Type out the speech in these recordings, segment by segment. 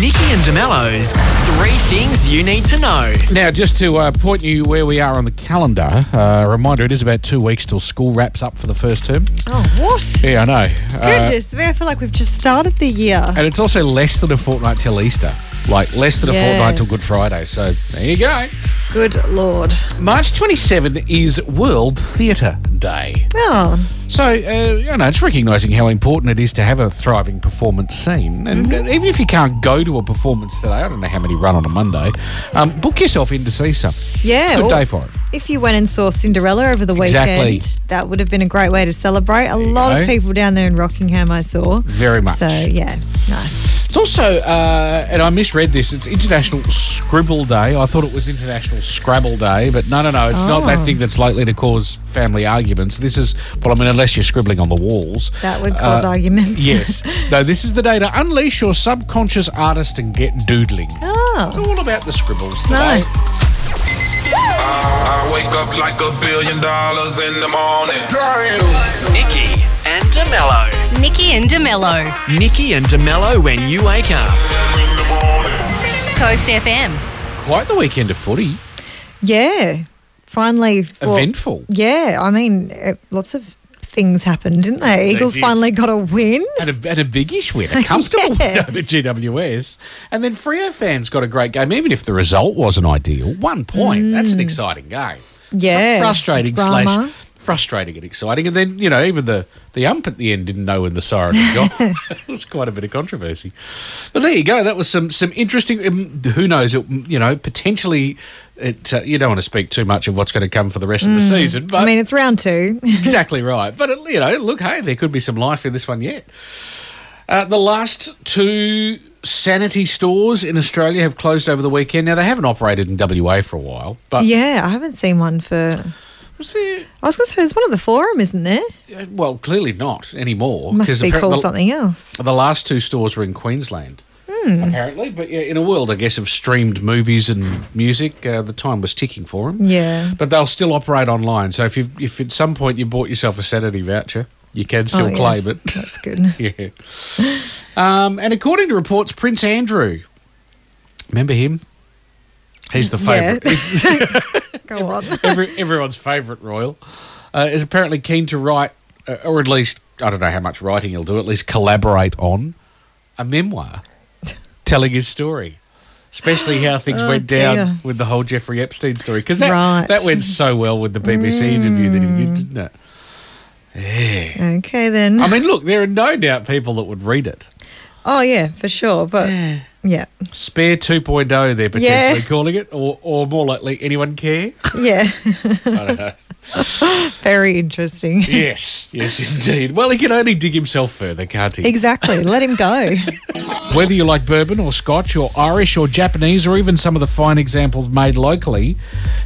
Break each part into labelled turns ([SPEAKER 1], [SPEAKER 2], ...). [SPEAKER 1] Nikki and DeMello's three things you need to know.
[SPEAKER 2] Now, just to uh, point you where we are on the calendar, uh, a reminder it is about two weeks till school wraps up for the first term.
[SPEAKER 3] Oh, what?
[SPEAKER 2] Yeah, I know. Uh,
[SPEAKER 3] Goodness, me, I feel like we've just started the year.
[SPEAKER 2] and it's also less than a fortnight till Easter, like less than a fortnight till
[SPEAKER 3] Yes.
[SPEAKER 2] Good Friday. So there you go.
[SPEAKER 3] Good lord.
[SPEAKER 2] March 27 is World Theatre Day.
[SPEAKER 3] Oh,
[SPEAKER 2] So, uh, you know, it's recognising how important it is to have a thriving performance scene. And
[SPEAKER 3] Mm-hmm.
[SPEAKER 2] uh, even if you can't go to a performance today, I don't know how many run on a Monday, um, book yourself in to see some.
[SPEAKER 3] yeah.
[SPEAKER 2] Good
[SPEAKER 3] well,
[SPEAKER 2] day for it.
[SPEAKER 3] If you went and saw Cinderella over the
[SPEAKER 2] Exactly.
[SPEAKER 3] weekend, that would have been a great way to celebrate. A lot
[SPEAKER 2] go.
[SPEAKER 3] of people down there in Rockingham I saw.
[SPEAKER 2] Very much.
[SPEAKER 3] So, yeah, nice.
[SPEAKER 2] It's also, uh, and I misread this, it's International Scribble Day. I thought it was International Scrabble Day, but no, no, no, it's not that
[SPEAKER 3] Oh.
[SPEAKER 2] thing that's likely to cause family arguments. This is, well, I mean, unless you're scribbling on the walls.
[SPEAKER 3] That would cause arguments.
[SPEAKER 2] Uh, Yes. no, this is the day to unleash your subconscious artist and get doodling. It's
[SPEAKER 3] Oh,
[SPEAKER 2] all about the scribbles today.
[SPEAKER 3] nice.
[SPEAKER 4] I wake up like a billion dollars in the morning.
[SPEAKER 1] Nikki and DeMello.
[SPEAKER 5] Nikki and DeMello,
[SPEAKER 1] Nikki and DeMello when you wake up.
[SPEAKER 4] In the morning.
[SPEAKER 5] Coast FM.
[SPEAKER 2] Quite the weekend of footy.
[SPEAKER 3] Yeah. Finally. well,
[SPEAKER 2] Eventful.
[SPEAKER 3] Yeah, I mean, uh, lots of things happened, didn't they? Eagles
[SPEAKER 2] did.
[SPEAKER 3] finally got a win.
[SPEAKER 2] And a, and a biggish win, a comfortable win
[SPEAKER 3] Yeah.
[SPEAKER 2] over GWS. And then Frio fans got a great game, even if the result wasn't ideal. One point, that's an exciting game.
[SPEAKER 3] Mm. Yeah,
[SPEAKER 2] Fr- frustrating
[SPEAKER 3] drama.
[SPEAKER 2] slash frustrating and exciting. And then, you know, even the, the ump at the end didn't know when the siren had gone. it was quite a bit of controversy. But there you go. That was some, some interesting, um, who knows, it, you know, potentially, it, uh, you don't want to speak too much of what's going to come for the rest of the season. But
[SPEAKER 3] Mm. I mean, it's round two.
[SPEAKER 2] exactly right. But you know, look, hey, there could be some life in this one yet. Uh, the last two sanity stores in Australia have closed over the weekend. Now they haven't operated in WA for a while, but
[SPEAKER 3] yeah, I haven't seen one for.
[SPEAKER 2] was there?
[SPEAKER 3] I was going to say, there's one at the forum, isn't there?
[SPEAKER 2] uh, Well, clearly not anymore.
[SPEAKER 3] Must
[SPEAKER 2] 'cause
[SPEAKER 3] be
[SPEAKER 2] appar-
[SPEAKER 3] called
[SPEAKER 2] the,
[SPEAKER 3] something else.
[SPEAKER 2] The last two stores were in Queensland.
[SPEAKER 3] Hmm.
[SPEAKER 2] Apparently, but yeah, in a world, I guess, of streamed movies and music, uh, the time was ticking for them.
[SPEAKER 3] Yeah.
[SPEAKER 2] but they'll still operate online. So if you if at some point you bought yourself a sanity voucher, you can still
[SPEAKER 3] Oh,
[SPEAKER 2] claim
[SPEAKER 3] yes,
[SPEAKER 2] it.
[SPEAKER 3] That's good.
[SPEAKER 2] yeah. Um, and according to reports, Prince Andrew, remember him? He's the favourite.
[SPEAKER 3] Yeah.
[SPEAKER 2] He's
[SPEAKER 3] Go on.
[SPEAKER 2] every, everyone's favourite royal. Uh, is apparently keen to write, uh, or at least I don't know how much writing he'll do. At least collaborate on a memoir telling his story. Especially how things
[SPEAKER 3] Oh,
[SPEAKER 2] went
[SPEAKER 3] dear.
[SPEAKER 2] down with the whole Jeffrey Epstein story, because that,
[SPEAKER 3] Right.
[SPEAKER 2] that went so well with the BBC interview that he did, didn't it?
[SPEAKER 3] Okay, then.
[SPEAKER 2] I mean, look, there are no doubt people that would read it.
[SPEAKER 3] oh, yeah, for sure. But yeah.
[SPEAKER 2] Spare 2.0, they're potentially
[SPEAKER 3] Yeah.
[SPEAKER 2] calling it, or, or more likely, anyone care?
[SPEAKER 3] Yeah.
[SPEAKER 2] I don't know.
[SPEAKER 3] Very interesting.
[SPEAKER 2] yes, yes, indeed. Well, he can only dig himself further, can't he?
[SPEAKER 3] Exactly. Let him go.
[SPEAKER 2] Whether you like bourbon or scotch or Irish or Japanese or even some of the fine examples made locally,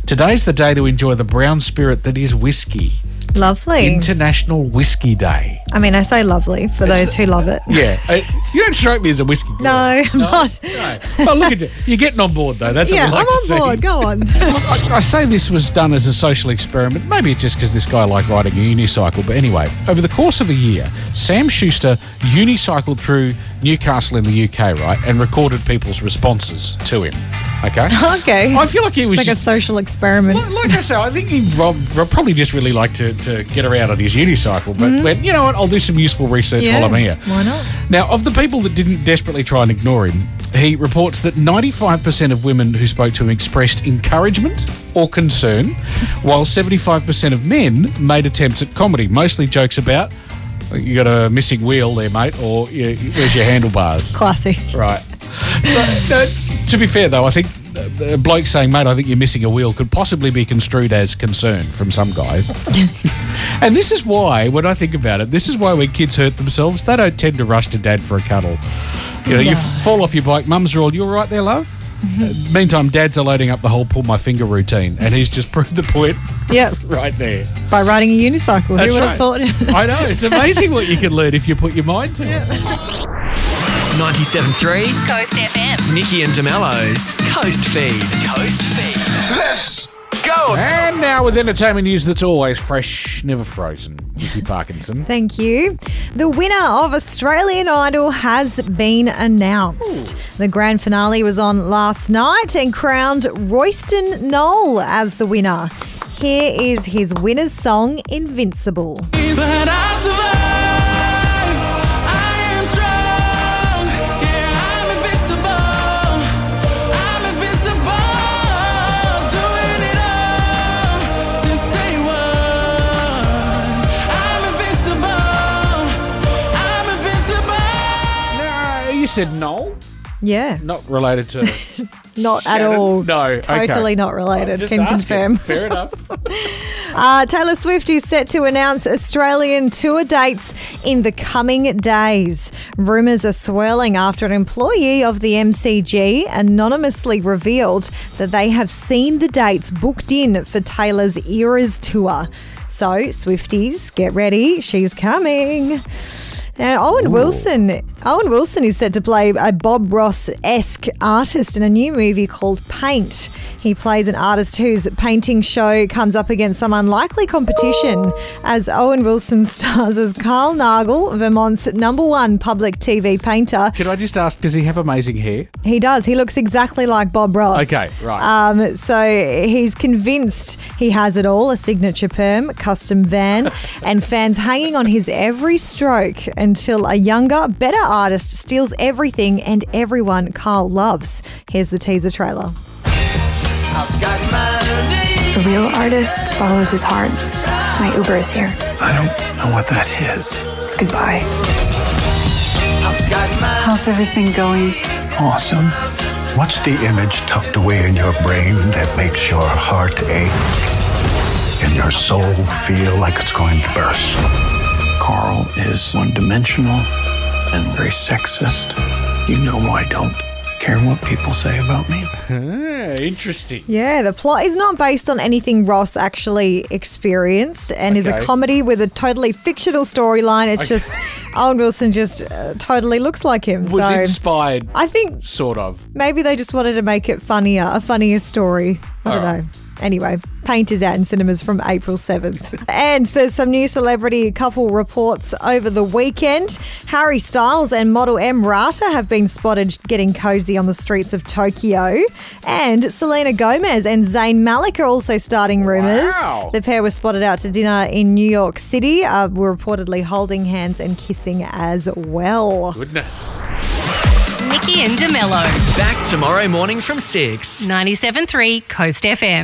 [SPEAKER 2] today's the day to enjoy the brown spirit that is whiskey.
[SPEAKER 3] lovely.
[SPEAKER 2] International Whiskey Day.
[SPEAKER 3] I mean, I say lovely for those who love it.
[SPEAKER 2] Yeah. Uh, you don't strike me as a whiskey girl.
[SPEAKER 3] No, I'm not.
[SPEAKER 2] No. Oh, look at you. You're getting on board, though. That's what
[SPEAKER 3] Yeah,
[SPEAKER 2] we like
[SPEAKER 3] I'm on
[SPEAKER 2] to see.
[SPEAKER 3] board. Go on.
[SPEAKER 2] I, I say this was done as a social experiment. Maybe it's just because this guy liked riding a unicycle. But anyway, over the course of a year, Sam Schuster unicycled through Newcastle in the UK, right, and recorded people's responses to him. Okay.
[SPEAKER 3] okay.
[SPEAKER 2] I feel like he was
[SPEAKER 3] like a
[SPEAKER 2] just-
[SPEAKER 3] social experiment.
[SPEAKER 2] Like, like I say, I think he Rob, Rob probably just really liked to, to get around on his unicycle, but went, you know what, I'll do some useful research
[SPEAKER 3] Mm-hmm. Yeah,
[SPEAKER 2] while I'm here.
[SPEAKER 3] why not?
[SPEAKER 2] Now, of the people that didn't desperately try and ignore him, he reports that 95% of women who spoke to him expressed encouragement or concern, while 75% of men made attempts at comedy, mostly jokes about, you got a missing wheel there, mate, or "Yeah, where's your handlebars?
[SPEAKER 3] Classic.
[SPEAKER 2] Right. But, uh, to be fair, though, I think uh, a bloke saying, mate, I think you're missing a wheel could possibly be construed as concern from some guys. and this is why, when I think about it, this is why when kids hurt themselves, they don't tend to rush to dad for a cuddle. You know, you f- fall off your bike, mum's all, you're right there, love? Uh, meantime, dads are loading up the whole pull my finger routine, and he's just proved the point
[SPEAKER 3] Yep.
[SPEAKER 2] right there.
[SPEAKER 3] By riding a unicycle.
[SPEAKER 2] That's
[SPEAKER 3] who would
[SPEAKER 2] right.
[SPEAKER 3] have thought?
[SPEAKER 2] I know, it's amazing what you can learn if you put your mind to it.
[SPEAKER 1] 97.3,
[SPEAKER 5] Coast FM.
[SPEAKER 1] Nikki and DeMello's Coast Feed. Coast Feed. Go.
[SPEAKER 2] And now with entertainment news that's always fresh, never frozen. Vicky Parkinson.
[SPEAKER 3] Thank you. The winner of Australian Idol has been announced. The grand finale was on last night and crowned Royston Knoll as the winner. Here is his winner's song, Invincible.
[SPEAKER 6] But I survive. I am strong. Yeah, I'm invincible. I'm invincible. Doing it all since day one. I'm invincible. I'm invincible.
[SPEAKER 2] No, you said no.
[SPEAKER 3] Yeah,
[SPEAKER 2] Not related to
[SPEAKER 3] not at
[SPEAKER 2] Shannon?
[SPEAKER 3] all.
[SPEAKER 2] No, okay.
[SPEAKER 3] Totally not related.
[SPEAKER 2] Just
[SPEAKER 3] Can
[SPEAKER 2] asking.
[SPEAKER 3] confirm.
[SPEAKER 2] Fair enough.
[SPEAKER 3] Uh, Taylor Swift is set to announce Australian tour dates in the coming days. Rumours are swirling after an employee of the MCG anonymously revealed that they have seen the dates booked in for Taylor's Eras tour. So, Swifties, get ready. She's coming. Now, Owen Wilson. Owen Wilson is set to play a Bob Ross esque artist in a new movie called Paint. He plays an artist whose painting show comes up against some unlikely competition as Owen Wilson stars as Carl Nagel, Vermont's number one public TV painter.
[SPEAKER 2] Can I just ask, does he have amazing hair?
[SPEAKER 3] He does. He looks exactly like Bob Ross.
[SPEAKER 2] Okay, right.
[SPEAKER 3] Um, so he's convinced he has it all a signature perm, custom van, and fans hanging on his every stroke until a younger, better artist steals everything and everyone Carl loves. Here's the teaser trailer.
[SPEAKER 7] The real artist follows his heart. My Uber is here.
[SPEAKER 8] I don't know what that is.
[SPEAKER 7] It's goodbye. How's everything going?
[SPEAKER 8] Awesome. What's the image tucked away in your brain that makes your heart ache and your soul feel like it's going to burst?
[SPEAKER 9] Carl is one dimensional and very sexist. You know why I don't care what people say about me.
[SPEAKER 2] Yeah, interesting.
[SPEAKER 3] Yeah, the plot is not based on anything Ross actually experienced and is a
[SPEAKER 2] Okay.
[SPEAKER 3] comedy with a totally fictional storyline. It's just Owen Wilson just uh, totally looks like him.
[SPEAKER 2] Was
[SPEAKER 3] so
[SPEAKER 2] inspired,
[SPEAKER 3] I think
[SPEAKER 2] sort of.
[SPEAKER 3] Maybe they just wanted to make it funnier, a funnier story. I don't know. Anyway, Paint is out in cinemas from April 7th. and there's some new celebrity couple reports over the weekend. Harry Styles and model M. Rata have been spotted getting cozy on the streets of Tokyo. And Selena Gomez and Zayn Malik are also starting rumours.
[SPEAKER 2] Wow.
[SPEAKER 3] The pair were spotted out to dinner in New York City, uh, were reportedly holding hands and kissing as well.
[SPEAKER 2] Goodness.
[SPEAKER 5] Nikki and DeMello.
[SPEAKER 1] Back tomorrow morning from 6.
[SPEAKER 5] 97.3 Coast FM.